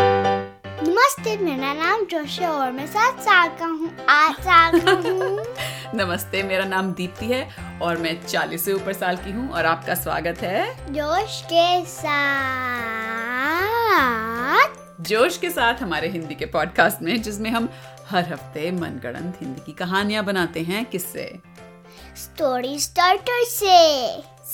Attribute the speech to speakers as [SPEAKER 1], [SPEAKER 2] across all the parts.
[SPEAKER 1] नमस्ते मेरा नाम जोश है और मैं सात साल का हूँ आठ साल का हूँ
[SPEAKER 2] नमस्ते मेरा नाम दीप्ति है और मैं 40 से ऊपर साल की हूँ और आपका स्वागत है
[SPEAKER 1] जोश के साथ
[SPEAKER 2] जोश के साथ हमारे हिंदी के पॉडकास्ट में जिसमें हम हर हफ्ते मनगढ़ंत हिंदी की कहानियां बनाते हैं किससे
[SPEAKER 1] स्टोरी स्टार्टर से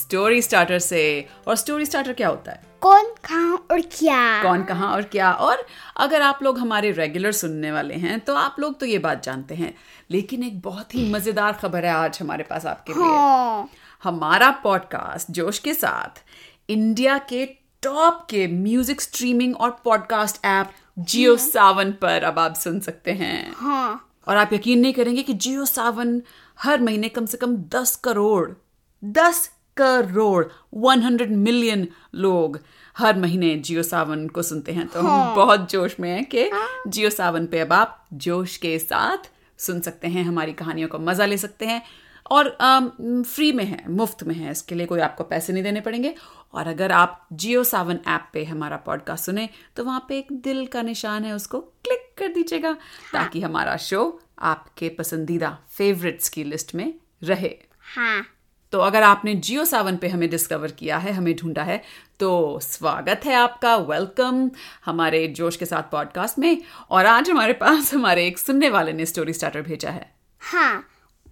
[SPEAKER 2] स्टोरी स्टार्टर से और स्टोरी स्टार्टर क्या होता है
[SPEAKER 1] कौन कहाँ और क्या
[SPEAKER 2] कौन कहाँ और क्या और अगर आप लोग हमारे रेगुलर सुनने वाले हैं तो आप लोग तो ये बात जानते हैं लेकिन एक बहुत ही मजेदार खबर है आज हमारे पास आपके लिए
[SPEAKER 1] हाँ
[SPEAKER 2] हमारा पॉडकास्ट जोश के साथ इंडिया के टॉप के म्यूजिक स्ट्रीमिंग और पॉडकास्ट ऐप जियो सावन पर अब आप सुन सकते हैं
[SPEAKER 1] हाँ
[SPEAKER 2] और आप यकीन नहीं करेंगे कि जियो सावन हर महीने कम से कम दस करोड़ दस करोड़ 100 मिलियन लोग हर महीने जियो सावन को सुनते हैं तो हम बहुत जोश में हैं कि जियो सावन पे अब आप जोश के साथ सुन सकते हैं हमारी कहानियों का मजा ले सकते हैं और फ्री में है मुफ्त में है इसके लिए कोई आपको पैसे नहीं देने पड़ेंगे और अगर आप जियो सावन ऐप पे हमारा पॉडकास्ट सुने तो वहाँ पे एक दिल का निशान है उसको क्लिक कर दीजिएगा ताकि हमारा शो आपके पसंदीदा फेवरेट्स की लिस्ट में रहे
[SPEAKER 1] हाँ
[SPEAKER 2] तो अगर आपने जियो सावन पे हमें डिस्कवर किया है हमें ढूंढा है तो स्वागत है आपका वेलकम हमारे जोश के साथ पॉडकास्ट में और आज हमारे पास हमारे एक सुनने वाले ने स्टोरी स्टार्टर भेजा है
[SPEAKER 1] हाँ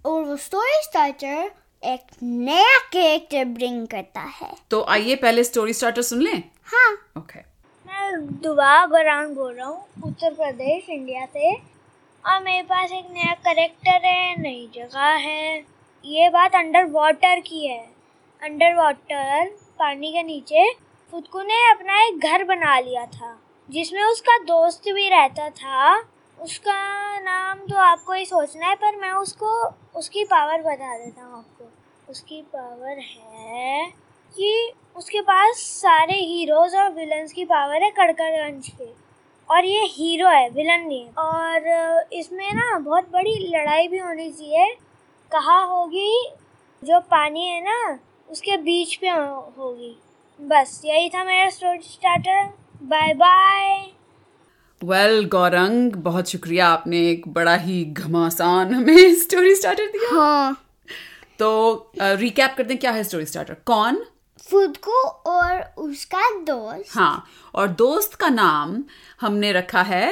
[SPEAKER 1] और वो स्टोरी स्टार्टर एक नया कैरेक्टर ब्रिंग करता है
[SPEAKER 2] तो आइए पहले स्टोरी स्टार्टर सुन लें
[SPEAKER 1] हाँ
[SPEAKER 2] ओके
[SPEAKER 3] मैं दुबा गरान बोल रहा हूँ उत्तर प्रदेश इंडिया से और मेरे पास एक नया करेक्टर है नई जगह है ये बात अंडर वाटर की है अंडर वाटर पानी के नीचे फुदकू ने अपना एक घर बना लिया था जिसमें उसका दोस्त भी रहता था उसका नाम तो आपको ही सोचना है पर मैं उसको उसकी पावर बता देता हूँ आपको उसकी पावर है कि उसके पास सारे हीरोज और विलन्स की पावर है कड़कड़गंज के और ये हीरो है विलन नहीं है और अ, इसमें ना बहुत बड़ी लड़ाई भी होनी चाहिए कहा होगी जो पानी है ना उसके बीच पे हो- होगी बस यही था मेरा story starter bye bye
[SPEAKER 2] well well, Gaurang बहुत शुक्रिया आपने एक बड़ा ही घमासान हमें स्टोरी स्टार्टर दिया
[SPEAKER 1] हाँ
[SPEAKER 2] तो रिकैप करते हैं क्या है स्टोरी स्टार्टर कौन
[SPEAKER 1] फुदकू और उसका दोस्त
[SPEAKER 2] हाँ और दोस्त का नाम हमने रखा है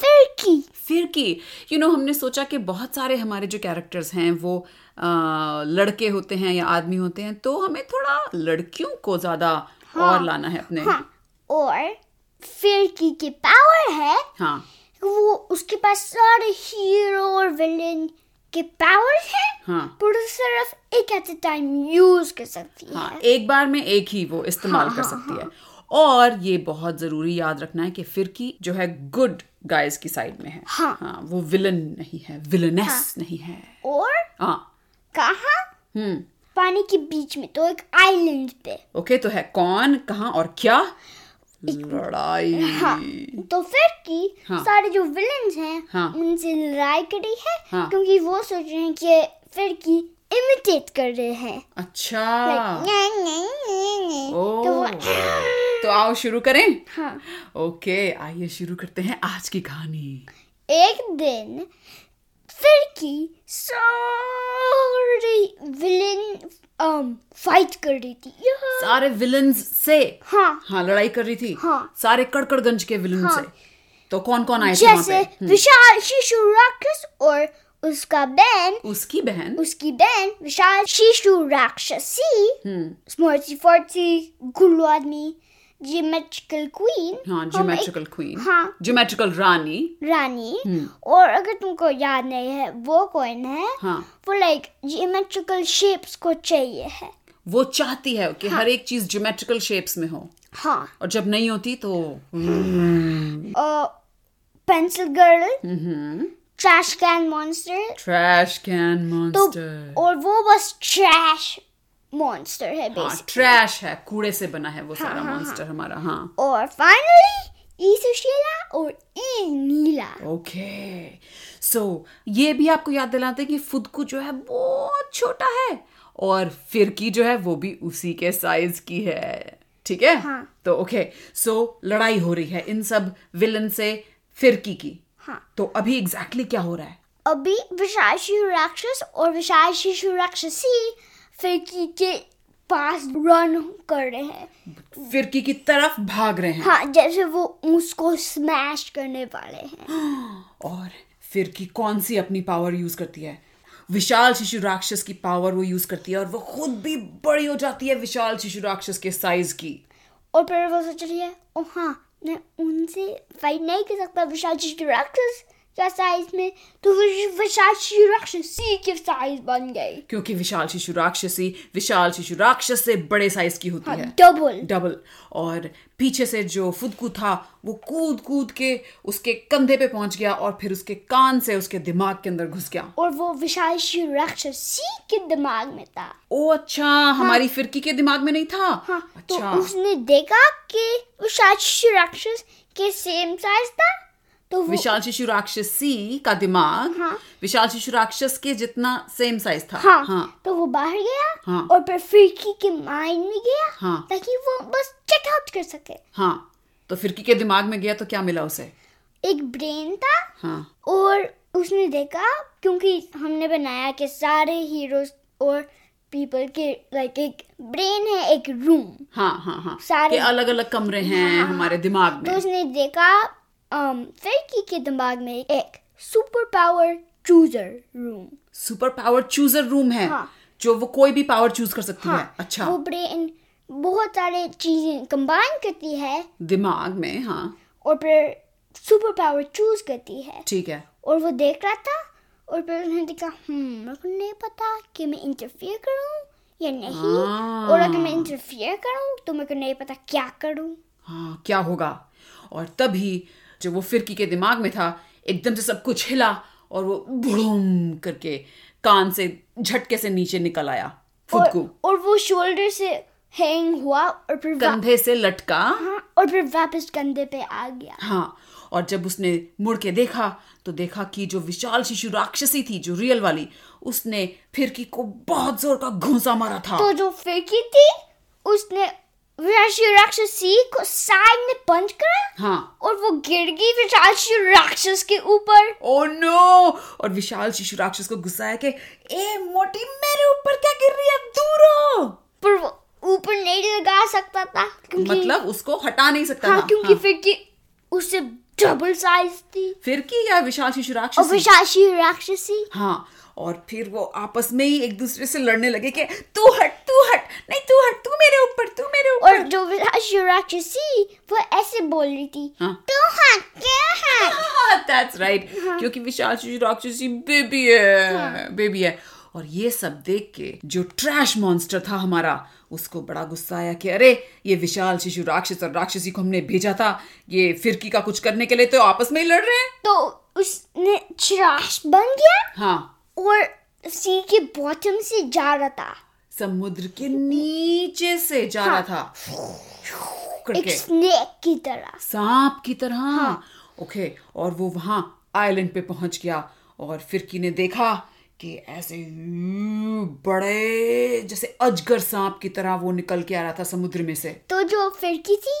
[SPEAKER 1] फिरकी
[SPEAKER 2] फिर की यू नो हमने सोचा कि बहुत सारे हमारे जो कैरेक्टर्स हैं वो अ, लड़के होते हैं या आदमी होते हैं तो हमें थोड़ा लड़कियों को ज्यादा और लाना है अपने
[SPEAKER 1] हाँ और फिरकी की पावर है
[SPEAKER 2] हाँ
[SPEAKER 1] वो उसके पास सारे हीरो और विलेन के पावर्स हैं
[SPEAKER 2] हाँ।
[SPEAKER 1] पर वो सिर्फ एक एट अ टाइम यूज कर सकती है
[SPEAKER 2] हाँ एक बार में एक ही वो इस्तेमाल
[SPEAKER 1] हाँ,
[SPEAKER 2] कर सकती है और ये बहुत जरूरी याद रखना है कि फिरकी जो है गुड गाइस की साइड में है
[SPEAKER 1] हाँ।
[SPEAKER 2] वो विलन नहीं है विलनेस नहीं है
[SPEAKER 1] और
[SPEAKER 2] हाँ
[SPEAKER 1] कहा
[SPEAKER 2] हम्म
[SPEAKER 1] पानी के बीच में तो एक आइलैंड पे
[SPEAKER 2] ओके तो है कौन कहाँ और क्या लड़ाई
[SPEAKER 1] हाँ तो फिर की
[SPEAKER 2] हाँ।
[SPEAKER 1] सारे जो विलन्स हैं
[SPEAKER 2] हाँ।
[SPEAKER 1] उनसे लड़ाई करी है
[SPEAKER 2] हाँ।
[SPEAKER 1] क्योंकि वो सोच रहे हैं कि फिर की इमिटेट कर रहे हैं
[SPEAKER 2] अच्छा
[SPEAKER 1] नहीं नहीं नहीं नहीं
[SPEAKER 2] ओ।
[SPEAKER 1] तो वो
[SPEAKER 2] तो आओ शुरू करें
[SPEAKER 1] हाँ
[SPEAKER 2] ओके आइए शुरू करते हैं आज की कहानी
[SPEAKER 1] एक दिन फिरकी सारे विलेन फाइट um, कर रही थी Yeah!
[SPEAKER 2] सारे विलन से
[SPEAKER 1] हाँ
[SPEAKER 2] हाँ लड़ाई कर रही थी
[SPEAKER 1] हाँ।
[SPEAKER 2] सारे कड़कड़गंज के विलन से तो कौन कौन आए थे वहाँ
[SPEAKER 1] जैसे
[SPEAKER 2] पे हम्म।
[SPEAKER 1] विशाल शिशु राक्षस और उसका बहन
[SPEAKER 2] उसकी बहन
[SPEAKER 1] उसकी बहन विशाल शिशु
[SPEAKER 2] हम्म,
[SPEAKER 1] राक्षसी स्मर्ची फोर्ची गुल्लू आदमी जियोमेट्रिकल क्वीन
[SPEAKER 2] हाँ ज्योमेट्रिकल क्वीन
[SPEAKER 1] हाँ।
[SPEAKER 2] ज्योमेट्रिकल रानी
[SPEAKER 1] रानी
[SPEAKER 2] हम्म।
[SPEAKER 1] और अगर तुमको याद नहीं है वो कौन है
[SPEAKER 2] हाँ।
[SPEAKER 1] वो लाइक जियोमेट्रिकल शेप्स को चाहिए है
[SPEAKER 2] वो चाहती है कि हर एक चीज ज्योमेट्रिकल शेप्स में हो
[SPEAKER 1] हाँ
[SPEAKER 2] और जब नहीं होती तो
[SPEAKER 1] pencil girl
[SPEAKER 2] hmm,
[SPEAKER 1] trash can monster
[SPEAKER 2] trash can
[SPEAKER 1] तो
[SPEAKER 2] मॉन्स्टर
[SPEAKER 1] और वो बस ट्रैश मॉन्स्टर है बेसिक
[SPEAKER 2] ट्रैश हाँ, है कूड़े से बना है वो सारा मॉन्स्टर हमारा हाँ
[SPEAKER 1] और फाइनली ई सुशीला और ई नीला
[SPEAKER 2] ओके सो ये भी आपको याद दिलाते हैं कि फुदकू जो है बहुत छोटा है और फिरकी जो है वो भी उसी के साइज की है ठीक है
[SPEAKER 1] हाँ।
[SPEAKER 2] तो ओके सो लड़ाई हो रही है इन सब विलन से फिरकी की
[SPEAKER 1] हाँ।
[SPEAKER 2] तो अभी एग्जैक्टली exactly क्या हो रहा है
[SPEAKER 1] अभी विशाल शिशु राक्षस और विशाल शिशु राक्षसी फिरकी के पास रन कर रहे हैं
[SPEAKER 2] फिरकी की तरफ भाग रहे हैं
[SPEAKER 1] हाँ जैसे वो उसको स्मैश करने वाले हैं
[SPEAKER 2] और फिरकी कौन सी अपनी पावर यूज करती है विशाल शिशु राक्षस की पावर वो यूज करती है और वो खुद भी बड़ी हो जाती है विशाल शिशु राक्षस के साइज की
[SPEAKER 1] और फिर वो सोच रही है ओ हाँ मैं उनसे फाइट नहीं कर सकता विशाल शिशु राक्षस का साइज में तो फिर विशाल शिशु राक्षसी के साइज बन गई
[SPEAKER 2] क्योंकि विशाल शिशु राक्षसी विशाल शिशु राक्षस से बड़े साइज की होती
[SPEAKER 1] हाँ
[SPEAKER 2] है
[SPEAKER 1] डबल
[SPEAKER 2] डबल और पीछे से जो फुदकू था वो कूद कूद के उसके कंधे पे पहुंच गया और फिर उसके कान से उसके दिमाग के अंदर घुस गया
[SPEAKER 1] और वो विशाल शिशु राक्षसी के दिमाग में था
[SPEAKER 2] ओ अच्छा हमारी फिरकी के दिमाग में नहीं था
[SPEAKER 1] हाँ तो
[SPEAKER 2] अच्छा
[SPEAKER 1] उसने देखा कि विशाल शिशु राक्षस के सेम साइज था तो वो
[SPEAKER 2] विशाल शिशु राक्षसी का दिमाग
[SPEAKER 1] हाँ।
[SPEAKER 2] विशाल शिशु राक्षस के जितना सेम साइज था
[SPEAKER 1] हाँ, तो वो बाहर गया
[SPEAKER 2] हाँ।
[SPEAKER 1] और फिर फिरकी के माइंड में गया
[SPEAKER 2] हाँ।
[SPEAKER 1] ताकि वो बस चेकआउट कर सके
[SPEAKER 2] हाँ। तो फिरकी के दिमाग में गया तो क्या मिला उसे
[SPEAKER 1] एक ब्रेन था
[SPEAKER 2] हाँ
[SPEAKER 1] और उसने देखा क्योंकि हमने बनाया कि सारे हीरोज और पीपल के लाइक एक ब्रेन है एक तो रूम
[SPEAKER 2] हाँ हाँ हाँ
[SPEAKER 1] सारे- हाँ,
[SPEAKER 2] अलग अलग कमरे हैं हमारे दिमाग
[SPEAKER 1] तो
[SPEAKER 2] में
[SPEAKER 1] उसने देखा अम, फिरकी के दिमाग में एक super power chooser room
[SPEAKER 2] super power chooser room है
[SPEAKER 1] हाँ।
[SPEAKER 2] जो वो कोई भी पावर चूज कर सकती है अच्छा
[SPEAKER 1] वो ब्रेन बहुत सारे चीजें कंबाइन करती है
[SPEAKER 2] दिमाग में हाँ
[SPEAKER 1] और फिर सुपर पावर चूज करती है
[SPEAKER 2] ठीक है
[SPEAKER 1] और वो देख रहा था और फिर उसने देखा हम्म मेरे को नहीं पता कि मैं इंटरफियर करूं या नहीं
[SPEAKER 2] हाँ।
[SPEAKER 1] और अगर मैं इंटरफियर करूं तो मेरे को नहीं पता क्या करूं
[SPEAKER 2] हाँ क्या होगा और तभी जो वो फिरकी के दिमाग में था एकदम से सब कुछ हिला और वो बुड़ूम करके कान से झटके से नीचे निकल आया फुदकू
[SPEAKER 1] और, और वो शोल्डर से हैंग हुआ और फिर वा-
[SPEAKER 2] कंधे से लटका
[SPEAKER 1] हाँ, और फिर वापस कंधे पे आ गया
[SPEAKER 2] हाँ और जब उसने मुड़ के देखा तो देखा कि जो विशाल शिशु राक्षसी थी जो रियल वाली उसने फिरकी को बहुत जोर का घूंसा मारा था
[SPEAKER 1] तो जो फिरकी थी उसने विशाल राक्षसी को साइड में पंच करा
[SPEAKER 2] हाँ
[SPEAKER 1] और वो गिर गई विशाल राक्षस के ऊपर
[SPEAKER 2] ओ नो Oh और विशाल शिशु राक्षस को गुस्सा आया कि ए मोटी मेरे ऊपर क्या गिर रही है दूर हो
[SPEAKER 1] पर वो ऊपर नहीं लगा सकता था क्योंकि
[SPEAKER 2] मतलब उसको हटा नहीं सकता
[SPEAKER 1] हाँ
[SPEAKER 2] था
[SPEAKER 1] क्योंकि फिरकी उससे डबल साइज थी
[SPEAKER 2] फिर की या विशाल शिशु
[SPEAKER 1] और
[SPEAKER 2] राक्षस
[SPEAKER 1] विशाशी राक्षसी
[SPEAKER 2] हाँ और फिर वो आपस में ही एक दूसरे से लड़ने लगे कि तू हट तू हट नहीं तू हट तू मेरे ऊपर तू मेरे
[SPEAKER 1] और
[SPEAKER 2] ऊपर
[SPEAKER 1] जो विशाशी राक्षसी वो ऐसे बोल रही थी हाँ,
[SPEAKER 2] हाँ।
[SPEAKER 1] तो हाँ क्या है
[SPEAKER 2] दैट्स राइट हाँ, क्योंकि विशाल शिशु राक्षसी बेबी है बेबी है और ये सब देख के जो ट्रैश मॉन्स्टर था हमारा उसको बड़ा गुस्सा आया कि अरे ये विशाल शिशु राक्षस और राक्षसी को हमने भेजा था ये फिरकी का कुछ करने के लिए तो आपस में ही लड़ रहे हैं
[SPEAKER 1] तो उसने ट्रैश बन गया
[SPEAKER 2] हाँ
[SPEAKER 1] और सी के बॉटम से जा रहा था
[SPEAKER 2] समुद्र के नीचे से जा रहा था
[SPEAKER 1] एक
[SPEAKER 2] करके
[SPEAKER 1] स्नेक की तरह
[SPEAKER 2] सांप की तरह
[SPEAKER 1] हाँ।
[SPEAKER 2] ओके और वो वहां आइलैंड पे पहुंच गया और फिरकी ने देखा कि ऐसे बड़े जैसे अजगर सांप की तरह वो निकल के आ रहा था समुद्र में से
[SPEAKER 1] तो जो फिरकी थी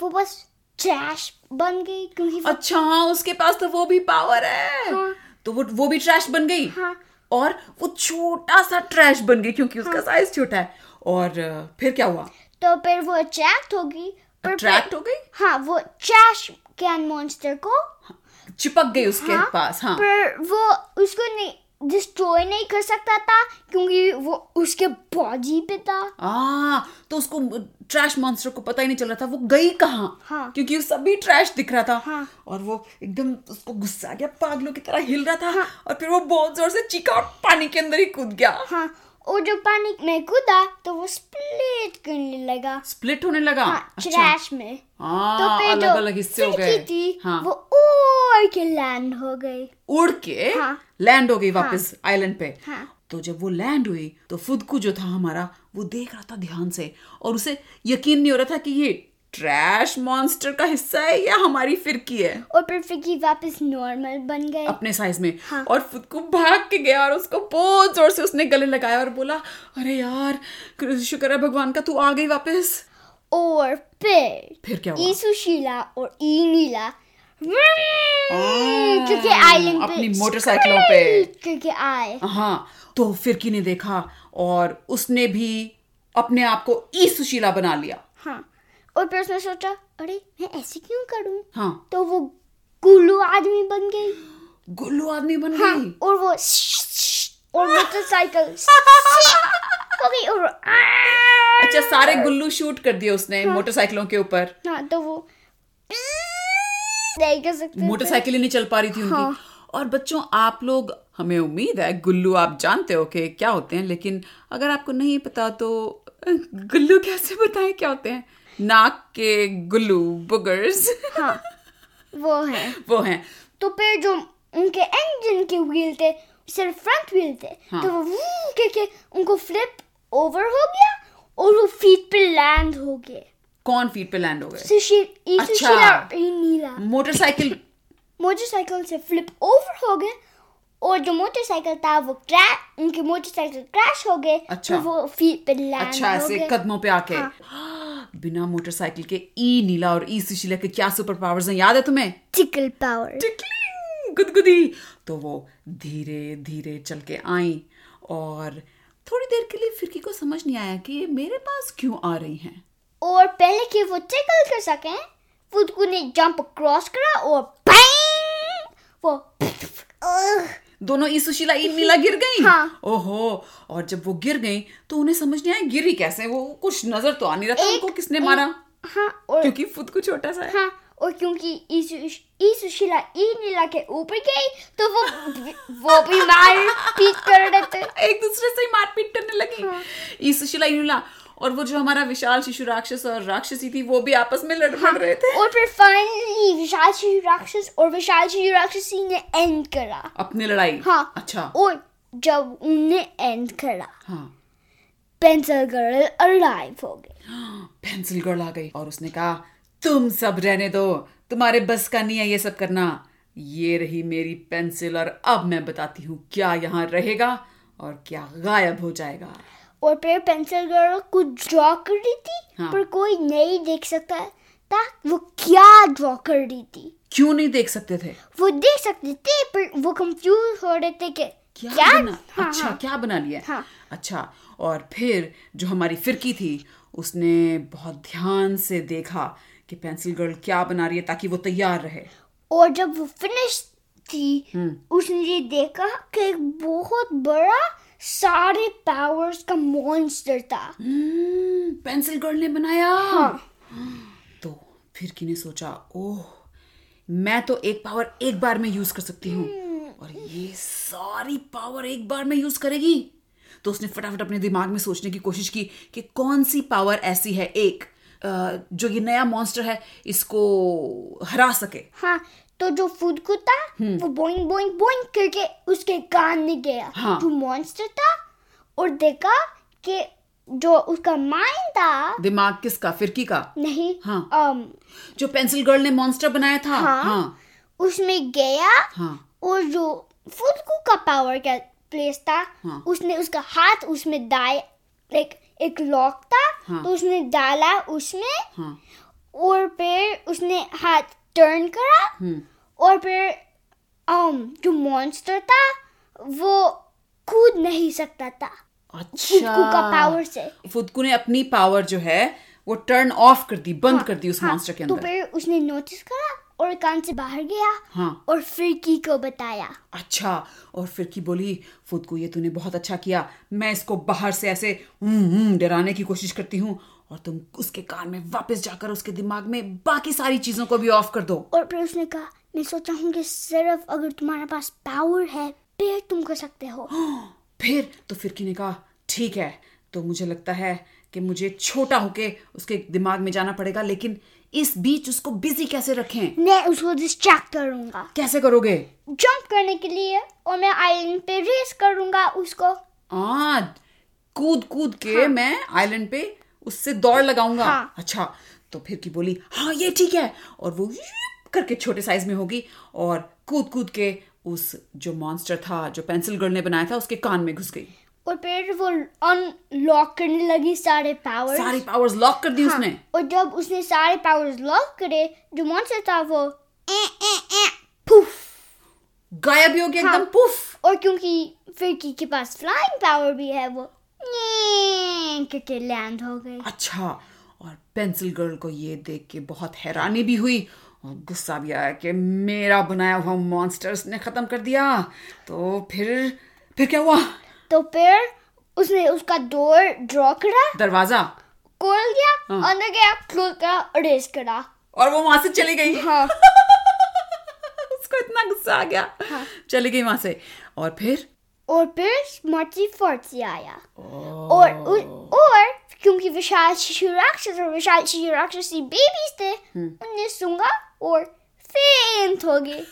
[SPEAKER 1] वो बस ट्रैश बन गई क्योंकि वो-
[SPEAKER 2] अच्छा हाँ उसके पास तो वो भी पावर है
[SPEAKER 1] हाँ।
[SPEAKER 2] तो वो वो भी ट्रैश बन गई
[SPEAKER 1] हाँ।
[SPEAKER 2] और वो छोटा सा ट्रैश बन गई क्योंकि
[SPEAKER 1] हाँ।
[SPEAKER 2] उसका साइज छोटा है और अ, फिर क्या हुआ
[SPEAKER 1] तो फिर वो अट्रैक्ट होगी पर फिर-
[SPEAKER 2] अट्रैक्ट हो गई
[SPEAKER 1] हाँ वो ट्रैश कैन मॉन्स्टर को
[SPEAKER 2] चिपक गई उसके
[SPEAKER 1] हाँ,
[SPEAKER 2] पास हाँ
[SPEAKER 1] पर वो उसको नहीं डिस्ट्रॉय नहीं कर सकता था क्योंकि वो उसके बॉडी पे था
[SPEAKER 2] आ, तो उसको ट्रैश मॉन्स्टर को पता ही नहीं चल रहा था वो गई कहाँ
[SPEAKER 1] हाँ।
[SPEAKER 2] क्योंकि वो सभी ट्रैश दिख रहा था
[SPEAKER 1] हाँ।
[SPEAKER 2] और वो एकदम उसको गुस्सा आ गया पागलों की तरह हिल रहा था और फिर वो बहुत जोर से चीखा और पानी के अंदर ही कूद गया
[SPEAKER 1] हाँ और जो पानी में कूदा तो वो स्प्लिट करने लगा
[SPEAKER 2] स्प्लिट होने लगा
[SPEAKER 1] हाँ, ट्रैश में
[SPEAKER 2] अच्छा। हाँ,
[SPEAKER 1] तो फिर
[SPEAKER 2] अलग
[SPEAKER 1] जो
[SPEAKER 2] अलग हिस्से हो
[SPEAKER 1] फिरकी
[SPEAKER 2] गए
[SPEAKER 1] थी
[SPEAKER 2] हाँ
[SPEAKER 1] वो उड़ के लैंड हो गई
[SPEAKER 2] उड़ के
[SPEAKER 1] हाँ।
[SPEAKER 2] लैंड हो गई वापस आइलैंड पे
[SPEAKER 1] हाँ।
[SPEAKER 2] तो जब वो लैंड हुई तो फुदकू जो था हमारा वो देख रहा था ध्यान से और उसे यकीन नहीं हो रहा था कि ये ट्रैश मॉन्स्टर का हिस्सा है या हमारी फिरकी है
[SPEAKER 1] और फिर फिरकी वापस नॉर्मल बन गई
[SPEAKER 2] अपने साइज में और खुद को भाग के गया और उसको बहुत जोर से उसने गले लगाया और बोला अरे यार शुक्र है भगवान का तू आ गई वापस
[SPEAKER 1] और फिर
[SPEAKER 2] फिर क्या हुआ
[SPEAKER 1] ई सुशीला और ई नीला
[SPEAKER 2] हाँ,
[SPEAKER 1] क्योंकि आइलैंड पे
[SPEAKER 2] अपनी मोटरसाइकिलों पे।
[SPEAKER 1] क्योंकि आए
[SPEAKER 2] हाँ तो फिरकी ने देखा और उसने भी अपने आप को ई सुशीला बना लिया
[SPEAKER 1] हाँ और फिर उसने सोचा अरे मैं ऐसे क्यों करूं
[SPEAKER 2] हाँ
[SPEAKER 1] तो वो गुल्लू आदमी बन गई
[SPEAKER 2] गुल्लू आदमी बन
[SPEAKER 1] हाँ,
[SPEAKER 2] गई
[SPEAKER 1] और वो और मोटरसाइकिल हो गई और वो-
[SPEAKER 2] अच्छा सारे गुल्लू शूट कर दिए उसने मोटरसाइकिलों के ऊपर
[SPEAKER 1] हाँ तो वो नहीं कर सकते थे।
[SPEAKER 2] मोटरसाइकिल ही नहीं चल पा रही थी उनकी
[SPEAKER 1] हाँ।
[SPEAKER 2] और बच्चों आप लोग हमें उम्मीद है गुल्लू आप जानते हो कि क्या होते हैं लेकिन अगर आपको नहीं पता तो गुल्लू कैसे बताएं क्या होते हैं नाक के गुल्लू बुगर्स
[SPEAKER 1] हाँ वो है
[SPEAKER 2] वो हैं
[SPEAKER 1] तो फिर जो उनके इंजन के व्हील थे सिर्फ फ्रंट व्हील थे
[SPEAKER 2] हाँ।
[SPEAKER 1] तो वो वूं करके उनको फ्लिप ओवर हो गया और वो फीट पे लैंड हो गए
[SPEAKER 2] कौन फीट पे लैंड हो गए
[SPEAKER 1] सुशील ई
[SPEAKER 2] अच्छा।
[SPEAKER 1] सुशीला और ई तो नीला
[SPEAKER 2] मोटरसाइकिल
[SPEAKER 1] मोटरसाइकिल से फ्लिप ओवर हो गए और जो मोटरसाइकिल था वो क्रैश उनके मोटरसाइकिल क्रैश हो गए
[SPEAKER 2] अच्छा।
[SPEAKER 1] तो वो फीट पे लैंड
[SPEAKER 2] अच्छा
[SPEAKER 1] हो
[SPEAKER 2] ऐसे
[SPEAKER 1] गए हाँ।
[SPEAKER 2] कदमों पे आके बिना मोटरसाइकिल के ई नीला और ई सुशीला के क्या सुपर पावर्स हैं याद है तुम्हें
[SPEAKER 1] टिकल पावर
[SPEAKER 2] टिकलिंग, गुदगुदी तो वो धीरे धीरे चल के आई और थोड़ी देर के लिए फिरकी को समझ नहीं आया कि ये मेरे पास क्यों आ रही हैं
[SPEAKER 1] और पहले कि वो टिकल कर सके फुदकू ने जंप क्रॉस करा और बैंग वो उह,
[SPEAKER 2] दोनों ई सुशीला ई नीला गिर गई
[SPEAKER 1] हाँ।
[SPEAKER 2] ओहो और जब वो गिर गई तो उन्हें समझ नहीं आया गिरी कैसे वो कुछ नजर तो आ नहीं रहा था
[SPEAKER 1] एक-
[SPEAKER 2] उनको किसने मारा
[SPEAKER 1] हाँ और
[SPEAKER 2] क्योंकि फुद को छोटा सा है
[SPEAKER 1] हाँ और क्योंकि ई सुश- ई सुशीला ई नीला के ऊपर गई तो वो वो भी मार पीट कर रहे थे
[SPEAKER 2] एक दूसरे से ही मारपीट करने लगी
[SPEAKER 1] हाँ।
[SPEAKER 2] ई सुशीला यूला और वो जो हमारा विशाल शिशु राक्षस और राक्षसी थी वो भी आपस में लड़
[SPEAKER 1] हाँ।
[SPEAKER 2] पड़ रहे थे
[SPEAKER 1] और फिर फाइनली विशाल शिशु राक्षस और विशाल शिशु राक्षसी ने एंड करा
[SPEAKER 2] अपनी लड़ाई
[SPEAKER 1] हाँ
[SPEAKER 2] अच्छा
[SPEAKER 1] और जब उन्हें एंड करा
[SPEAKER 2] हाँ
[SPEAKER 1] पेंसिल गर्ल अलाइव हो गई
[SPEAKER 2] पेंसिल गर्ल आ गई और उसने कहा तुम सब रहने दो तुम्हारे बस का नहीं है ये सब करना ये रही मेरी पेंसिल और अब मैं बताती हूँ क्या यहाँ रहेगा और क्या गायब हो जाएगा
[SPEAKER 1] और फिर पेंसिल गर्ल कुछ ड्रॉ कर रही थी
[SPEAKER 2] हाँ।
[SPEAKER 1] पर कोई नहीं देख सकता था वो क्या ड्रॉ कर रही थी
[SPEAKER 2] क्यों नहीं देख सकते थे
[SPEAKER 1] वो देख सकते थे पर वो कंफ्यूज हो रहे थे कि
[SPEAKER 2] क्या,
[SPEAKER 1] क्या
[SPEAKER 2] बना
[SPEAKER 1] हाँ,
[SPEAKER 2] अच्छा
[SPEAKER 1] हाँ।
[SPEAKER 2] क्या बना लिया
[SPEAKER 1] हाँ।
[SPEAKER 2] अच्छा और फिर जो हमारी फिरकी थी उसने बहुत ध्यान से देखा कि पेंसिल गर्ल क्या बना रही है ताकि वो तैयार रहे
[SPEAKER 1] और जब वो फिनिश थी
[SPEAKER 2] हम्म।
[SPEAKER 1] उसने ये देखा कि एक बहुत बड़ा सारे पावर्स का मॉन्स्टर था
[SPEAKER 2] हम्म, पेंसिल गर्ल ने बनाया
[SPEAKER 1] हाँ।
[SPEAKER 2] तो फिरकी ने सोचा ओह मैं तो एक पावर एक बार में यूज कर सकती हूँ
[SPEAKER 1] हम्म।
[SPEAKER 2] और ये सारी पावर एक बार में यूज करेगी तो उसने फटाफट अपने दिमाग में सोचने की कोशिश की कि कौन सी पावर ऐसी है एक अ, जो ये नया मॉन्स्टर है इसको हरा सके
[SPEAKER 1] हाँ तो जो फूड को था
[SPEAKER 2] हम्म।
[SPEAKER 1] वो बोइंग बोइंग बोइंग करके उसके कान में गया
[SPEAKER 2] हाँ।
[SPEAKER 1] जो मॉन्स्टर था और देखा कि जो उसका माइंड था
[SPEAKER 2] दिमाग किसका फिरकी का
[SPEAKER 1] नहीं um,
[SPEAKER 2] हाँ।
[SPEAKER 1] अम,
[SPEAKER 2] जो पेंसिल गर्ल ने मॉन्स्टर बनाया था
[SPEAKER 1] हाँ।
[SPEAKER 2] हाँ,
[SPEAKER 1] उसमें गया
[SPEAKER 2] हाँ।
[SPEAKER 1] और जो फुदकू का पावर का प्लेस था
[SPEAKER 2] हाँ।
[SPEAKER 1] उसने उसका हाथ उसमें डाय लाइक एक लॉक था
[SPEAKER 2] हाँ।
[SPEAKER 1] तो उसने डाला उसमें
[SPEAKER 2] हाँ।
[SPEAKER 1] और फिर उसने हाथ टर्न करा
[SPEAKER 2] हम्म।
[SPEAKER 1] और फिर um, जो मॉन्स्टर था वो कूद नहीं सकता था
[SPEAKER 2] अच्छा
[SPEAKER 1] फुदकू का पावर से
[SPEAKER 2] फुदकू ने अपनी पावर जो है वो टर्न ऑफ कर दी बंद कर दी उस
[SPEAKER 1] हाँ,
[SPEAKER 2] मॉन्स्टर के
[SPEAKER 1] तो
[SPEAKER 2] अंदर
[SPEAKER 1] फिर उसने नोटिस करा और कान से बाहर गया
[SPEAKER 2] हाँ।
[SPEAKER 1] और फिर की को बताया
[SPEAKER 2] अच्छा और फिर की बोली फुदकू ये तूने बहुत अच्छा किया मैं इसको बाहर से ऐसे हम्म, हम्म, डराने की कोशिश करती हूँ और तुम उसके कान में वापस जाकर उसके दिमाग में बाकी सारी चीजों को भी ऑफ कर दो
[SPEAKER 1] और फिर उसने कहा मैं सोचा हूँ कि सिर्फ अगर तुम्हारे पास पावर है फिर तुम कर सकते हो
[SPEAKER 2] फिर तो फिरकी ने कहा ठीक है तो मुझे लगता है कि मुझे छोटा होके उसके दिमाग में जाना पड़ेगा लेकिन इस बीच उसको बिजी कैसे रखें
[SPEAKER 1] मैं उसको डिस्ट्रैक्ट करूंगा
[SPEAKER 2] कैसे करोगे
[SPEAKER 1] जंप करने के लिए और मैं आइलैंड पे रेस करूंगा उसको
[SPEAKER 2] हाँ कूद कूद के मैं आइलैंड पे उससे दौड़ लगाऊंगा
[SPEAKER 1] हाँ।
[SPEAKER 2] अच्छा तो फिर की बोली हाँ ये ठीक है और वो यूप करके छोटे साइज में होगी और कूद कूद के उस जो मॉन्स्टर था जो पेंसिल गर्ल ने बनाया था उसके कान में घुस गई
[SPEAKER 1] और फिर वो अनलॉक करने लगी सारे पावर्स
[SPEAKER 2] सारी पावर्स लॉक कर दी उसने
[SPEAKER 1] और जब उसने सारे पावर्स लॉक करे जो मॉन्स्टर था वो ए, ए, ए, पुफ
[SPEAKER 2] गायब ही हो गया एकदम पुफ
[SPEAKER 1] और क्योंकि फिरकी के पास फ्लाइंग पावर भी है वो "नीं" करके लैंड हो गई
[SPEAKER 2] अच्छा और पेंसिल गर्ल को ये देख के बहुत हैरानी भी हुई और गुस्सा भी आया कि मेरा बनाया हुआ मॉन्स्टर्स ने खत्म कर दिया तो फिर फिर क्या हुआ
[SPEAKER 1] तो फिर उसने उसका डोर ड्रॉ करा
[SPEAKER 2] दरवाजा
[SPEAKER 1] खोल गया अंदर गया क्लोज करा अरेज करा
[SPEAKER 2] और वो वहां से चली गई
[SPEAKER 1] हाँ
[SPEAKER 2] उसको इतना गुस्सा आ गया चली गई वहां से और फिर
[SPEAKER 1] और फिर स्मार्टी फोर्टी आया और उ- और क्योंकि विशाल शिशु राक्षस और विशाल शिशु राक्षसी बेबीज थे उनने सूंगा और फेंट हो गए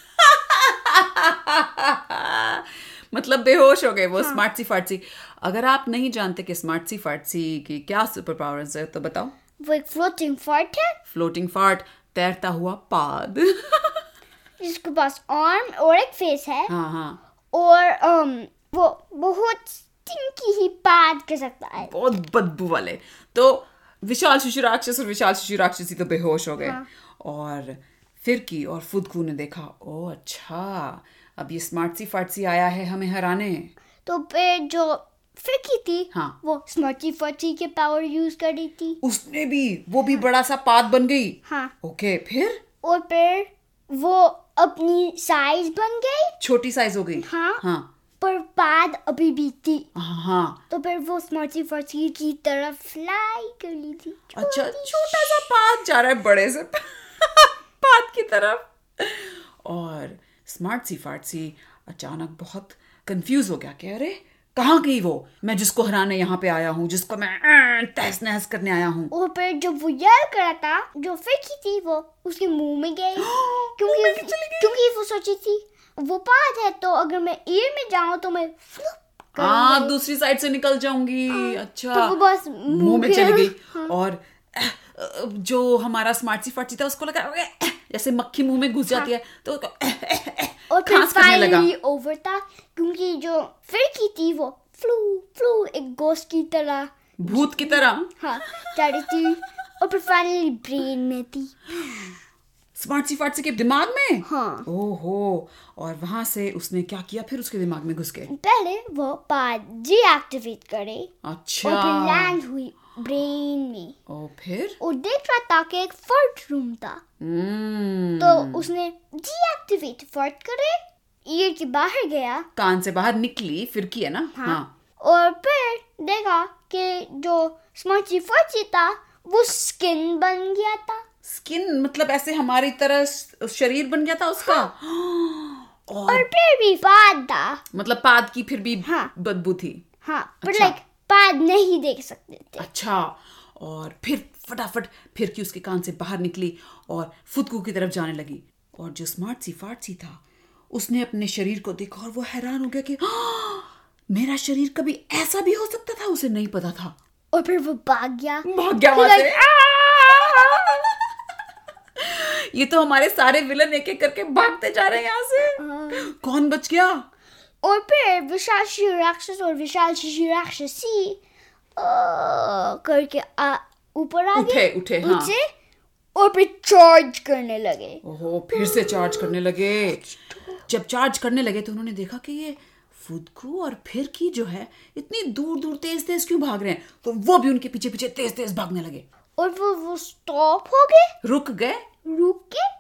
[SPEAKER 2] मतलब बेहोश हो गए वो स्मार्टसी फार्टसी अगर आप नहीं जानते कि स्मार्टसी फार्टसी की क्या सुपर पावर्स है तो बताओ
[SPEAKER 1] वो एक फ्लोटिंग फॉर्ट है
[SPEAKER 2] फ्लोटिंग फार्ट तैरता हुआ पाद
[SPEAKER 1] जिसके पास आर्म और एक फेस है
[SPEAKER 2] हाँ हाँ
[SPEAKER 1] और um, वो बहुत स्टिंकी ही पाद कर सकता है
[SPEAKER 2] बहुत बदबू वाले तो विशाल शिशु राक्षस और विशाल शिशु राक्षसी तो बेहोश हो गए और फिरकी और फुदकू ने देखा ओ अच्छा अब ये स्मार्टसी फार्टसी आया है हमें हराने
[SPEAKER 1] तो फिर जो फिरकी थी
[SPEAKER 2] हाँ।
[SPEAKER 1] वो स्मार्टी फर्ची के पावर यूज कर रही थी
[SPEAKER 2] उसने भी वो भी बड़ा सा पाद बन गई
[SPEAKER 1] हाँ
[SPEAKER 2] ओके फिर
[SPEAKER 1] और फिर वो अपनी साइज बन गई
[SPEAKER 2] छोटी साइज हो गई
[SPEAKER 1] हाँ।
[SPEAKER 2] हाँ
[SPEAKER 1] पर पाद अभी भी थी
[SPEAKER 2] हाँ
[SPEAKER 1] तो फिर वो स्मार्टी फर्ची की तरफ फ्लाई कर ली थी
[SPEAKER 2] अच्छा छोटा सा पाद जा रहा है बड़े से पाद की तरफ और स्मार्ट सी फार्ट सी अचानक बहुत कंफ्यूज हो गया कि अरे कहाँ गई वो मैं जिसको हराने यहाँ पे आया हूँ जिसको मैं अं, तहस नहस करने आया हूँ
[SPEAKER 1] और फिर जब वो यल कर रहा था जो फिरकी थी वो उसके मुंह में गई क्योंकि क्योंकि वो सोची थी वो पाद है तो अगर मैं एयर में जाऊं तो मैं फ्लुप कर
[SPEAKER 2] हाँ
[SPEAKER 1] गई।
[SPEAKER 2] दूसरी साइड से निकल जाऊंगी अच्छा
[SPEAKER 1] तो वो बस
[SPEAKER 2] मुंह में चली गई
[SPEAKER 1] हाँ।
[SPEAKER 2] और अह, अह, जो हमारा स्मार्ट सी फार्टी था उसको लगा अरे, अह, जैसे मक्खी मुंह में घुस जाती है तो उसको अह, अह, अह,
[SPEAKER 1] हाँ। और फिर
[SPEAKER 2] खांस करने लगा
[SPEAKER 1] फाइनली ओवर था क्योंकि जो फिरकी थी वो फ्लू फ्लू एक गोस्ट की तरह
[SPEAKER 2] भूत की तरह
[SPEAKER 1] हाँ जा रही थी और फिर फाइनली ब्रेन में थी
[SPEAKER 2] स्मार्ट सी फार्ट के दिमाग में
[SPEAKER 1] हाँ।
[SPEAKER 2] ओहो और वहां से उसने क्या किया फिर उसके दिमाग में घुस गए
[SPEAKER 1] पहले वो पाद डीएक्टिवेट करे और
[SPEAKER 2] अच्छा
[SPEAKER 1] फिर लैंड हुई ब्रेन में
[SPEAKER 2] ओ फिर
[SPEAKER 1] और देख रहा था कि एक फर्ट रूम था
[SPEAKER 2] हम्म,
[SPEAKER 1] तो उसने डीएक्टिवेट फर्ट करे ईयर के बाहर गया
[SPEAKER 2] कान से बाहर निकली फिर की है ना हाँ
[SPEAKER 1] और फिर देखा कि जो स्मर्ची फर्ची था वो स्किन बन गया था
[SPEAKER 2] स्किन मतलब ऐसे हमारी तरह श- शरीर बन गया था उसका
[SPEAKER 1] हाँ।
[SPEAKER 2] और
[SPEAKER 1] और फिर भी पाद था
[SPEAKER 2] मतलब पाद की फिर भी
[SPEAKER 1] हाँ।
[SPEAKER 2] बदबू थी
[SPEAKER 1] हाँ पर
[SPEAKER 2] अच्छा।
[SPEAKER 1] लाइक पाद नहीं देख सकते थे
[SPEAKER 2] अच्छा और फिर फटाफट फिर की उसके कान से बाहर निकली और फुदकू की तरफ जाने लगी और जो स्मार्ट सी फाट सी था उसने अपने शरीर को देखा और वो हैरान हो गया कि "हाँ, मेरा शरीर कभी ऐसा भी हो सकता था उसे नहीं पता था
[SPEAKER 1] और फिर वो भाग गया
[SPEAKER 2] भाग गया वहां से ये तो हमारे सारे विलन एक एक करके भागते जा रहे हैं यहाँ से कौन बच गया
[SPEAKER 1] और फिर विशाल शिशु राक्षस और विशाल शिशु राक्षसी "ओ" करके आ- ऊपर आ गए
[SPEAKER 2] उठे उठे हाँ
[SPEAKER 1] उठे और फिर चार्ज करने लगे
[SPEAKER 2] ओहो फिर से चार्ज करने लगे जब चार्ज करने लगे तो उन्होंने देखा कि ये फुदकू और फिर की जो है इतनी दूर दूर तेज तेज क्यों भाग रहे हैं तो वो भी उनके पीछे पीछे तेज तेज भागने लगे
[SPEAKER 1] और वो वो स्टॉप हो गए
[SPEAKER 2] रुक गए
[SPEAKER 1] रुक के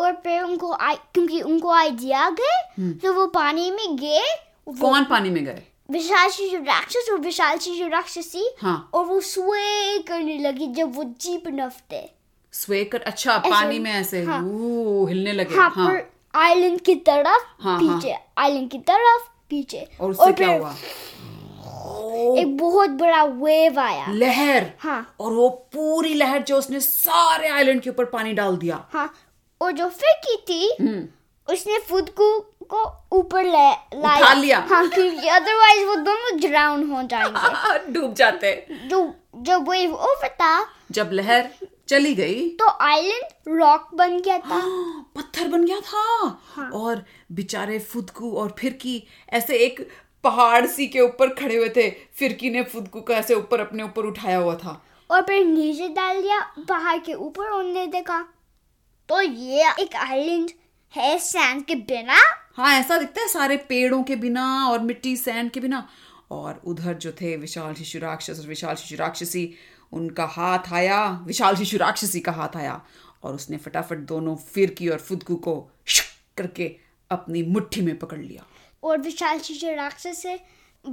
[SPEAKER 1] और फिर उनको आई क्योंकि उनको आइडिया आ गए तो वो पानी में गए
[SPEAKER 2] हम्म। कौन पानी में गए
[SPEAKER 1] विशाल शिशु राक्षस और विशाल शिशु राक्षसी
[SPEAKER 2] हाँ।
[SPEAKER 1] और वो स्वे करने लगी जब वो जीप नफते
[SPEAKER 2] स्वे कर अच्छा पानी में ऐसे
[SPEAKER 1] हाँ।
[SPEAKER 2] वो हिलने लगे
[SPEAKER 1] हाँ
[SPEAKER 2] हाँ,
[SPEAKER 1] पर आइलैंड की तरफ
[SPEAKER 2] हाँ,
[SPEAKER 1] पीछे आइलैंड की तरफ पीछे
[SPEAKER 2] और उससे क्या
[SPEAKER 1] फिर
[SPEAKER 2] हुआ
[SPEAKER 1] एक बहुत बड़ा वेव आया
[SPEAKER 2] हम्म। लहर
[SPEAKER 1] हाँ।
[SPEAKER 2] और वो पूरी लहर जो उसने सारे आइलैंड के ऊपर पानी डाल दिया
[SPEAKER 1] हाँ और जो फिरकी थी उसने फुद को को ऊपर ले लाया
[SPEAKER 2] हम्म। उठा लिया।
[SPEAKER 1] हाँ क्योंकि अदरवाइज वो दोनों ड्राउन हो जाएंगे
[SPEAKER 2] आह, डूब जाते
[SPEAKER 1] जो जब वेव ओवर था
[SPEAKER 2] जब लहर चली गई
[SPEAKER 1] तो आइलैंड रॉक बन गया था
[SPEAKER 2] हाँ, पत्थर बन गया था और बेचारे फुदकू और फिरकी ऐसे एक पहाड़ सी के ऊपर खड़े हुए थे फिरकी ने फुदकू को ऐसे ऊपर अपने ऊपर उठाया हुआ था
[SPEAKER 1] और फिर नीचे डाल दिया पहाड़ के ऊपर उनने देखा तो ये एक आइलैंड है सैंड के बिना
[SPEAKER 2] हाँ ऐसा दिखता है सारे पेड़ों के बिना और मिट्टी सैंड के बिना और उधर जो थे विशाल शिशु राक्षस और विशाल शिशु राक्षसी उनका हाथ आया विशाल शिशु राक्षसी का हाथ आया और उसने फटाफट दोनों फिरकी और फुदकू को शुक करके अपनी मुट्ठी में पकड़ लिया
[SPEAKER 1] और विशाल शीशे राक्षस से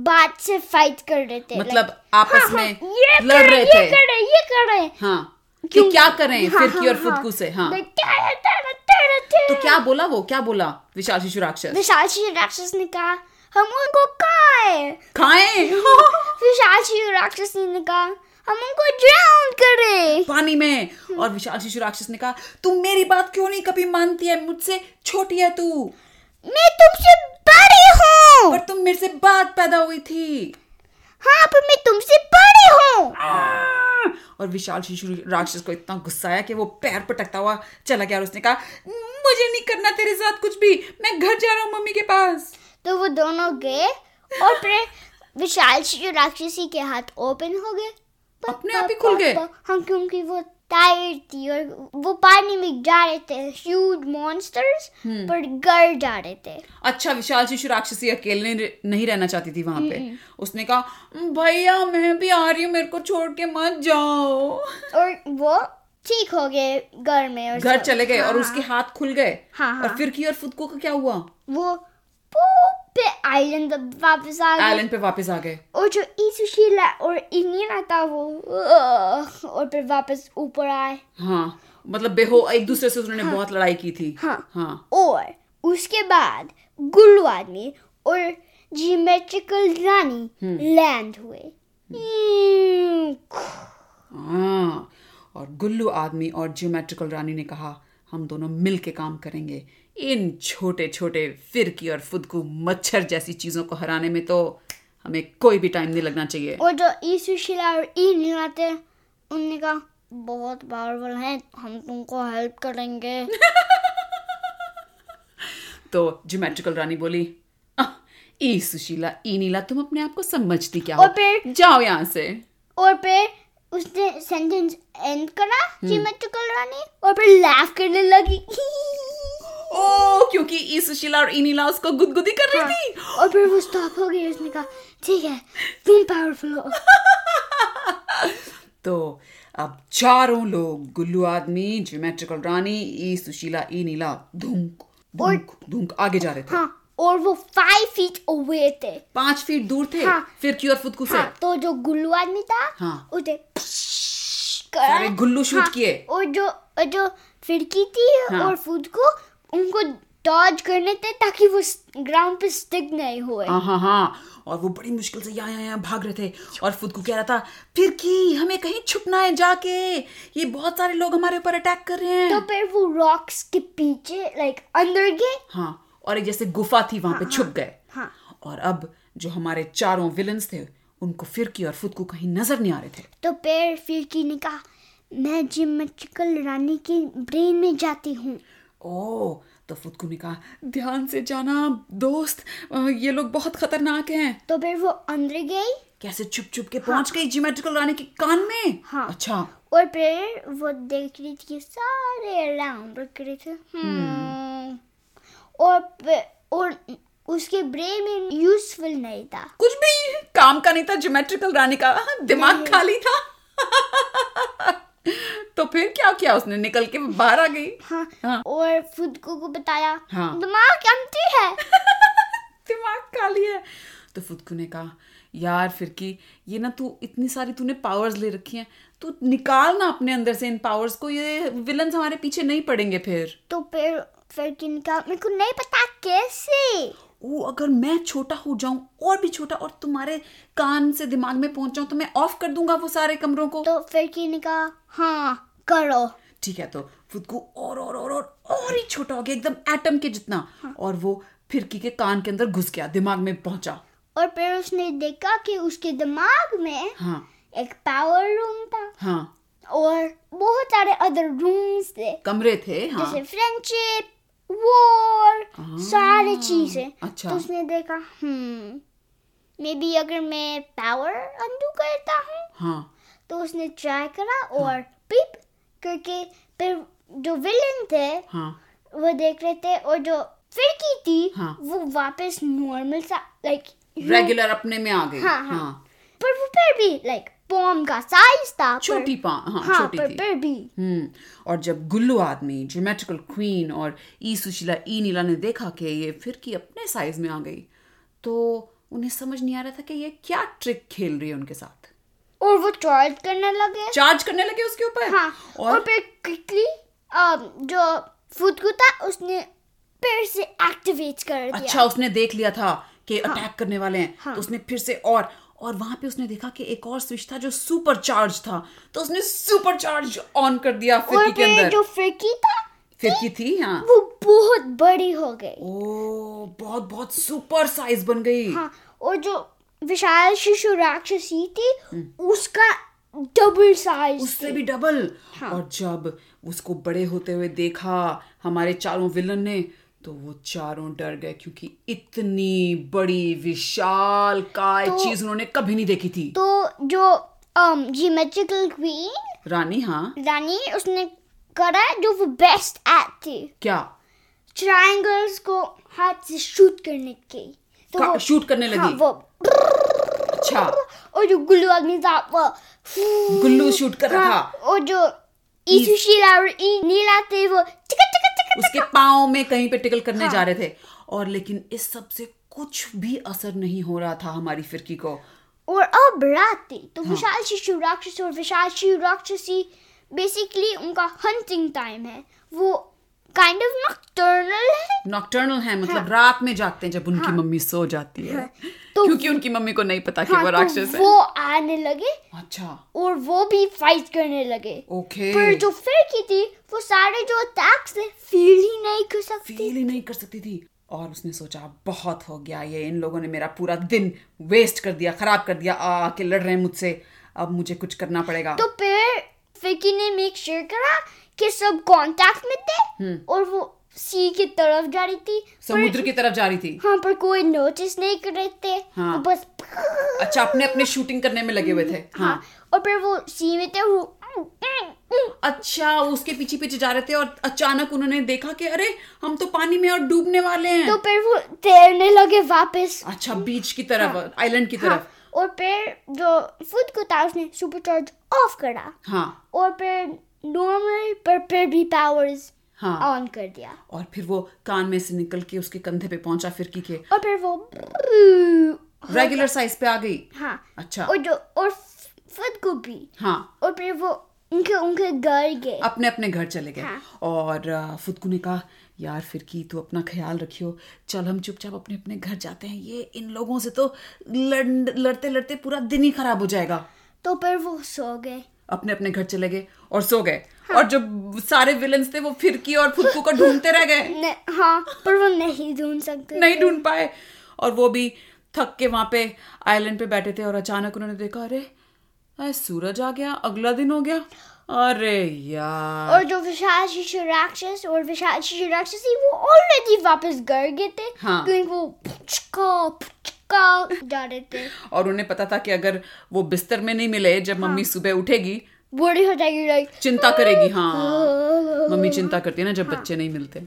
[SPEAKER 1] बात से फाइट कर रहे थे
[SPEAKER 2] मतलब
[SPEAKER 1] Like,
[SPEAKER 2] आपस
[SPEAKER 1] हाँ,
[SPEAKER 2] में
[SPEAKER 1] हाँ, ये
[SPEAKER 2] लड़
[SPEAKER 1] कर
[SPEAKER 2] रहे
[SPEAKER 1] ये
[SPEAKER 2] थे।
[SPEAKER 1] कर रहे ये कर रहे
[SPEAKER 2] हाँ कि
[SPEAKER 1] क्यों-
[SPEAKER 2] क्या करें
[SPEAKER 1] हाँ,
[SPEAKER 2] फिरकी
[SPEAKER 1] हाँ,
[SPEAKER 2] और
[SPEAKER 1] हाँ।
[SPEAKER 2] फुदकू से हाँ
[SPEAKER 1] Like, तेरे, तेरे, तेरे, तेरे।
[SPEAKER 2] तो क्या बोला वो क्या बोला विशाल शिशु राक्षस
[SPEAKER 1] विशाल शीशे राक्षस ने कहा हम उनको खाए
[SPEAKER 2] खाएं
[SPEAKER 1] विशाल शीशे राक्षस ने कहा हम उनको ड्राउन करे
[SPEAKER 2] पानी में
[SPEAKER 1] हम्म।
[SPEAKER 2] और विशाल शिशु राक्षस ने कहा तुम मेरी बात क्यों नहीं कभी मानती है मुझसे छोटी है तू
[SPEAKER 1] मैं तुमसे बड़ी हूँ
[SPEAKER 2] पर तुम मेरे से बात पैदा हुई थी
[SPEAKER 1] हाँ पर मैं तुमसे बड़ी हूँ
[SPEAKER 2] हाँ। और विशाल शिशु राक्षस को इतना गुस्सा आया कि वो पैर पटकता हुआ चला गया और उसने कहा मुझे नहीं करना तेरे साथ कुछ भी मैं घर जा रहा हूँ मम्मी के पास
[SPEAKER 1] तो वो दोनों गए और फिर विशाल शीशु राक्षसी के हाथ ओपन हो गए प-
[SPEAKER 2] अपने आप ही
[SPEAKER 1] प-
[SPEAKER 2] खुल
[SPEAKER 1] प-
[SPEAKER 2] गए?
[SPEAKER 1] प- हाँ क्योंकि वो टायर्ड थी और वो पानी में जा रहे थे ह्यूज मॉन्स्टर्स
[SPEAKER 2] हम्म।
[SPEAKER 1] पर गर जा रहे थे
[SPEAKER 2] अच्छा विशाल शिशु राक्षसी अकेले रे- नहीं रहना चाहती थी वहां
[SPEAKER 1] हम्म,
[SPEAKER 2] पे उसने कहा भैया मैं भी आ रही हूँ मेरे को छोड़ के मत जाओ
[SPEAKER 1] और वो ठीक हो गए घर में और
[SPEAKER 2] घर
[SPEAKER 1] सब।
[SPEAKER 2] चले गए और
[SPEAKER 1] हाँ,
[SPEAKER 2] उसके हाथ खुल गए
[SPEAKER 1] हाँ, हाँ।
[SPEAKER 2] और फिर की और फुदको का क्या हुआ
[SPEAKER 1] वो पूप पे आइलैंड वापस आ गए
[SPEAKER 2] आइलैंड पे वापस आ गए
[SPEAKER 1] और जो ईसुशीला और इनियना था वो अह, और फिर वापस ऊपर आए
[SPEAKER 2] हाँ मतलब बेहो एक दूसरे से उन्होंने बहुत लड़ाई की थी
[SPEAKER 1] हाँ।
[SPEAKER 2] हाँ
[SPEAKER 1] और उसके बाद गुल्लू आदमी और जियोमेट्रिकल रानी लैंड हुए हम्म।
[SPEAKER 2] हाँ और गुल्लू आदमी और ज्योमेट्रिकल रानी ने कहा हम दोनों मिल के काम करेंगे इन छोटे छोटे फिरकी और फुदकू मच्छर जैसी चीजों को हराने में तो हमें कोई भी टाइम नहीं लगना चाहिए
[SPEAKER 1] और जो ईसुशीला और ई आते उनने कहा बहुत पावरफुल हैं हम तुमको हेल्प करेंगे
[SPEAKER 2] तो ज्योमेट्रिकल रानी बोली "आह, ई सुशीला ई नीला तुम अपने आप को समझती क्या
[SPEAKER 1] और
[SPEAKER 2] हो
[SPEAKER 1] फिर-
[SPEAKER 2] जाओ यहाँ से
[SPEAKER 1] और फिर उसने सेंटेंस एंड करा जियोमेट्रिकल रानी और फिर लाफ करने लगी
[SPEAKER 2] ओ क्योंकि ई सुशीला और ई नीला उसको गुदगुदी कर रही थी
[SPEAKER 1] और फिर वो स्टॉप हो गई उसने कहा ठीक है तुम पावरफुल हो
[SPEAKER 2] तो अब चारों लोग गुल्लू आदमी ज्योमेट्रिकल रानी ई सुशीला ई नीला धुंक धुंक धुंक आगे जा रहे थे
[SPEAKER 1] हाँ और वो फाइव फीट अवे थे
[SPEAKER 2] पांच फीट दूर थे
[SPEAKER 1] हाँ।
[SPEAKER 2] फिर की और फुदकू से
[SPEAKER 1] हाँ तो जो गुल्लू आदमी था
[SPEAKER 2] हाँ।
[SPEAKER 1] उसे
[SPEAKER 2] सारे
[SPEAKER 1] करा
[SPEAKER 2] गुल्लू शूट
[SPEAKER 1] हाँ,
[SPEAKER 2] किए
[SPEAKER 1] और जो और जो फिरकी थी
[SPEAKER 2] हाँ।
[SPEAKER 1] और फूद को उनको डॉज करने थे ताकि वो ग्राउंड पे स्टिक नहीं हुए
[SPEAKER 2] हाँ हाँ हाँ और वो बड़ी मुश्किल से यहाँ यहाँ यहाँ भाग रहे थे और फुदकू कह रहा था फिर की हमें कहीं छुपना है जाके ये बहुत सारे लोग हमारे ऊपर अटैक कर रहे
[SPEAKER 1] तो
[SPEAKER 2] हैं
[SPEAKER 1] फिर वो रॉक्स के पीछे लाइक अंदर गए
[SPEAKER 2] हाँ और एक जैसे गुफा थी वहां पे छुप गए
[SPEAKER 1] हाँ।
[SPEAKER 2] और अब जो हमारे चारों विलन्स थे उनको फिरकी और फुदकू कहीं नजर नहीं आ रहे थे
[SPEAKER 1] तो फिर फिरकी ने कहा मैं जियोमेट्रिकल रानी के ब्रेन में जाती हूँ
[SPEAKER 2] ओ तो फुदकू ने कहा ध्यान से जाना दोस्त अ, ये लोग बहुत खतरनाक हैं
[SPEAKER 1] तो फिर वो अंदर गई
[SPEAKER 2] कैसे छुप छुप के पहुंच गई जियोमेट्रिकल रानी के कान में
[SPEAKER 1] हाँ।
[SPEAKER 2] अच्छा
[SPEAKER 1] और फिर वो देख रही थी कि सारे अराउंड रख रहे थे हम्म। और फिर- और उसके ब्रेन में यूजफुल नहीं था
[SPEAKER 2] कुछ भी काम का नहीं था ज्योमेट्रिकल रानी का हाँ, दिमाग खाली था तो फिर क्या किया उसने निकल के बाहर आ गई
[SPEAKER 1] हाँ,
[SPEAKER 2] हाँ।
[SPEAKER 1] और फुदकू को बताया
[SPEAKER 2] हाँ।
[SPEAKER 1] दिमाग एम्प्टी है
[SPEAKER 2] दिमाग खाली है तो फुदकू ने कहा यार फिरकी ये ना तू इतनी सारी तूने पावर्स ले रखी हैं तू निकाल ना अपने अंदर से इन पावर्स को ये विलन हमारे पीछे नहीं पड़ेंगे फिर
[SPEAKER 1] तो फिर फिर किन का मेरे को नहीं पता कैसे
[SPEAKER 2] ओ अगर मैं छोटा हो जाऊं और भी छोटा और तुम्हारे कान से दिमाग में पहुंच जाऊं तो मैं ऑफ कर दूंगा वो सारे कमरों को
[SPEAKER 1] तो फिर किन का हाँ करो
[SPEAKER 2] ठीक है तो फुदकू और और और और और ही छोटा हो गया एकदम एटम के जितना
[SPEAKER 1] हाँ।
[SPEAKER 2] और वो फिरकी के कान के अंदर घुस गया दिमाग में पहुंचा
[SPEAKER 1] और फिर उसने देखा कि उसके दिमाग में
[SPEAKER 2] हाँ
[SPEAKER 1] एक पावर रूम था
[SPEAKER 2] हाँ
[SPEAKER 1] और बहुत सारे अदर रूम्स थे
[SPEAKER 2] कमरे थे हाँ
[SPEAKER 1] जैसे फ्रेंडशिप वॉर
[SPEAKER 2] हाँ,
[SPEAKER 1] सारी चीजें
[SPEAKER 2] अच्छा।
[SPEAKER 1] तो उसने देखा हम्म मे बी अगर मैं पावर अंडू करता हूँ
[SPEAKER 2] हाँ
[SPEAKER 1] तो उसने ट्राई करा और पिप करके फिर जो विलन थे
[SPEAKER 2] हाँ
[SPEAKER 1] वो देख रहे थे और जो फिरकी थी
[SPEAKER 2] हाँ।
[SPEAKER 1] वो वापस नॉर्मल सा लाइक
[SPEAKER 2] रेगुलर अपने में आ गई
[SPEAKER 1] हाँ, हाँ। पर वो फिर भी लाइक पॉम का साइज था पर-
[SPEAKER 2] छोटी पा हाँ,
[SPEAKER 1] हाँ
[SPEAKER 2] छोटी
[SPEAKER 1] पर
[SPEAKER 2] थी
[SPEAKER 1] फिर भी
[SPEAKER 2] हम्म और जब गुल्लू आदमी ड्रामेटिकल क्वीन और ई सुशीला ई नीला ने देखा कि ये फिरकी अपने साइज में आ गई तो उन्हें समझ नहीं आ रहा था कि ये क्या ट्रिक खेल रही है उनके साथ
[SPEAKER 1] और वो चार्ज करने लगे
[SPEAKER 2] चार्ज करने लगे उसके ऊपर
[SPEAKER 1] हाँ और
[SPEAKER 2] और
[SPEAKER 1] फिर क्विकली जो फुदकू था उसने फिर से एक्टिवेट कर दिया
[SPEAKER 2] अच्छा उसने देख लिया था कि
[SPEAKER 1] हाँ।
[SPEAKER 2] अटैक करने वाले हैं तो उसने फिर से और और वहां पे उसने देखा कि एक और स्विच था जो सुपर चार्ज था तो उसने सुपर चार्ज ऑन कर दिया
[SPEAKER 1] और
[SPEAKER 2] फिरकी के
[SPEAKER 1] फिर
[SPEAKER 2] अंदर
[SPEAKER 1] जो फिरकी था
[SPEAKER 2] फिरकी थी हाँ
[SPEAKER 1] वो बहुत बड़ी हो गई
[SPEAKER 2] ओ बहुत बहुत सुपर साइज बन गई
[SPEAKER 1] हाँ और जो विशाल शिशु राक्षसी थी उसका डबल साइज
[SPEAKER 2] हम्म। उससे भी डबल
[SPEAKER 1] हाँ।
[SPEAKER 2] और जब उसको बड़े होते हुए देखा हमारे चारों विलन ने तो वो चारों डर गए क्योंकि इतनी बड़ी विशाल काय चीज उन्होंने कभी नहीं देखी थी
[SPEAKER 1] तो जो जियोमेट्रिकल क्वीन
[SPEAKER 2] रानी हाँ
[SPEAKER 1] रानी उसने करा जो वो बेस्ट एट थी
[SPEAKER 2] क्या
[SPEAKER 1] ट्रायंगल्स को हाथ से शूट करने की तो वो
[SPEAKER 2] शूट करने
[SPEAKER 1] हाँ,
[SPEAKER 2] लगी
[SPEAKER 1] वो
[SPEAKER 2] अच्छा
[SPEAKER 1] और जो गुल्लू आदमी था वो
[SPEAKER 2] गुल्लू शूट कर रहा
[SPEAKER 1] हाँ,
[SPEAKER 2] था
[SPEAKER 1] और जो ई सुशीला और ई नीला थे वो टिका टिका टिका
[SPEAKER 2] उसके पाँव में कहीं पे टिकल करने
[SPEAKER 1] हाँ।
[SPEAKER 2] जा रहे थे और लेकिन इस सब से कुछ भी असर नहीं हो रहा था हमारी फिरकी को
[SPEAKER 1] और अब रात थी तो
[SPEAKER 2] हाँ।
[SPEAKER 1] विशाल शिशु राक्षस और विशाल शिशु राक्षसी बेसिकली उनका हंटिंग टाइम है वो काइंड ऑफ नॉक्टर्नल है
[SPEAKER 2] नॉक्टर्नल है मतलब रात में जागते हैं जब उनकी मम्मी सो जाती है
[SPEAKER 1] हाँ। तो-
[SPEAKER 2] क्योंकि उनकी मम्मी को नहीं पता कि
[SPEAKER 1] हाँ,
[SPEAKER 2] वो राक्षस
[SPEAKER 1] तो
[SPEAKER 2] है
[SPEAKER 1] वो आने लगे
[SPEAKER 2] अच्छा
[SPEAKER 1] और वो भी फाइट करने लगे
[SPEAKER 2] ओके
[SPEAKER 1] पर जो फिरकी थी वो सारे जो अटैक से फील ही नहीं कर सकती
[SPEAKER 2] फील ही नहीं कर सकती थी और उसने सोचा बहुत हो गया ये इन लोगों ने मेरा पूरा दिन वेस्ट कर दिया खराब कर दिया आ आके लड़ रहे हैं मुझसे अब मुझे कुछ करना पड़ेगा
[SPEAKER 1] तो फिर फिरकी ने मेक श्योर करा कि सब कांटेक्ट में
[SPEAKER 2] हम्म।
[SPEAKER 1] थे और वो सी की तरफ जा रही थी
[SPEAKER 2] समुद्र की तरफ जा रही थी
[SPEAKER 1] हाँ पर कोई नोटिस नहीं कर रहे थे
[SPEAKER 2] हाँ।
[SPEAKER 1] वो बस
[SPEAKER 2] अच्छा अपने अपने शूटिंग करने में लगे हुए थे हाँ
[SPEAKER 1] हाँ और फिर वो सी में थे वो
[SPEAKER 2] अच्छा उसके पीछे पीछे जा रहे थे और अचानक उन्होंने देखा कि अरे हम तो पानी में और डूबने वाले हैं
[SPEAKER 1] तो फिर वो तैरने लगे वापस
[SPEAKER 2] अच्छा बीच की तरफ आइलैंड की
[SPEAKER 1] हाँ
[SPEAKER 2] तरफ
[SPEAKER 1] और फिर जो फुद को था उसने सुपर चार्ज ऑफ करा
[SPEAKER 2] हाँ
[SPEAKER 1] और फिर नॉर्मल पर फिर भी पावर्स
[SPEAKER 2] हाँ
[SPEAKER 1] ऑन कर दिया
[SPEAKER 2] और फिर वो कान में से निकल के उसके कंधे पे पहुंचा फिरकी के
[SPEAKER 1] और फिर वो
[SPEAKER 2] रेगुलर साइज पे आ गई
[SPEAKER 1] हाँ
[SPEAKER 2] अच्छा
[SPEAKER 1] और जो और फुद को भी
[SPEAKER 2] हाँ
[SPEAKER 1] और फिर वो उनके उनके घर गए
[SPEAKER 2] अपने अपने घर चले गए
[SPEAKER 1] हाँ।
[SPEAKER 2] और अ, फुदकू ने कहा यार फिरकी तू अपना ख्याल रखियो चल हम चुपचाप अपने अपने घर जाते हैं ये इन लोगों से तो लड़ लड़ते लड़ते पूरा दिन ही खराब हो जाएगा
[SPEAKER 1] तो फिर वो सो गए
[SPEAKER 2] अपने अपने घर चले गए और सो गए और जब सारे विलन्स थे वो फिरकी और फुदकू को ढूंढते रह गए
[SPEAKER 1] ने, हाँ पर वो नहीं ढूंढ सकते
[SPEAKER 2] नहीं ढूंढ पाए और वो भी थक के वहां पे आइलैंड पे बैठे थे और अचानक उन्होंने देखा अरे अरे सूरज आ गया अगला दिन हो गया अरे यार
[SPEAKER 1] और जो विशाल शिशु राक्षस और विशाल शिशु राक्षसी वो ऑलरेडी वापस घर गए थे
[SPEAKER 2] हाँ।
[SPEAKER 1] क्योंकि वो पुचका पुचका जा रहे थे
[SPEAKER 2] और उन्हें पता था कि अगर वो बिस्तर में नहीं मिले जब मम्मी सुबह उठेगी
[SPEAKER 1] बूढ़ी हो जाएगी लाइक
[SPEAKER 2] चिंता करेगी हाँ मम्मी चिंता करती है ना जब बच्चे नहीं मिलते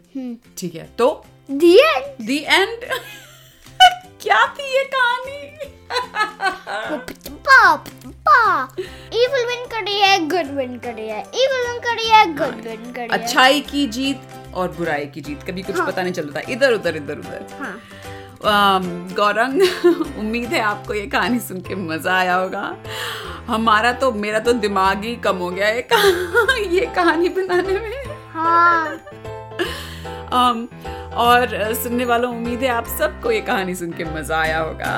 [SPEAKER 2] ठीक है तो
[SPEAKER 1] हम्म। दियन
[SPEAKER 2] दी एंड क्या थी ये कहानी
[SPEAKER 1] पा पा इविल विन कर रही है गुड विन कर रही है इविल विन कर रही है गुड विन कर रही है
[SPEAKER 2] अच्छाई की जीत और बुराई की जीत कभी कुछ पता नहीं चलता इधर उधर इधर उधर
[SPEAKER 1] हाँ
[SPEAKER 2] अम, गौरंग उम्मीद है आपको ये कहानी सुन के मजा आया होगा हमारा तो मेरा तो दिमाग ही कम हो गया है कहा- ये कहानी बनाने में
[SPEAKER 1] हाँ
[SPEAKER 2] अम, Um, और अ, सुनने वालों उम्मीद है आप सबको ये कहानी सुन के मज़ा आया होगा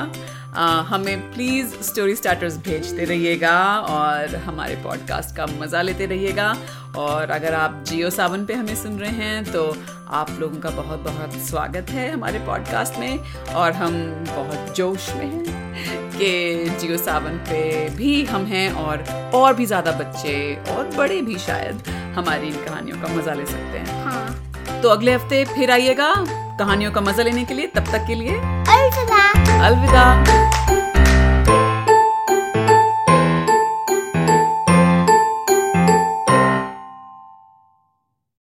[SPEAKER 2] अ, हमें प्लीज़ स्टोरी स्टार्टर्स भेजते रहिएगा और हमारे पॉडकास्ट का मज़ा लेते रहिएगा और अगर आप जियो सावन पे हमें सुन रहे हैं तो आप लोगों का बहुत बहुत स्वागत है हमारे पॉडकास्ट में और हम बहुत जोश में हैं कि जियो सावन पे भी हम हैं और और भी ज़्यादा बच्चे और बड़े भी शायद हमारी इन कहानियों का मज़ा ले सकते हैं
[SPEAKER 1] हाँ
[SPEAKER 2] तो अगले हफ्ते फिर आइएगा कहानियों का मजा लेने के लिए तब तक के लिए
[SPEAKER 1] अलविदा
[SPEAKER 2] अलविदा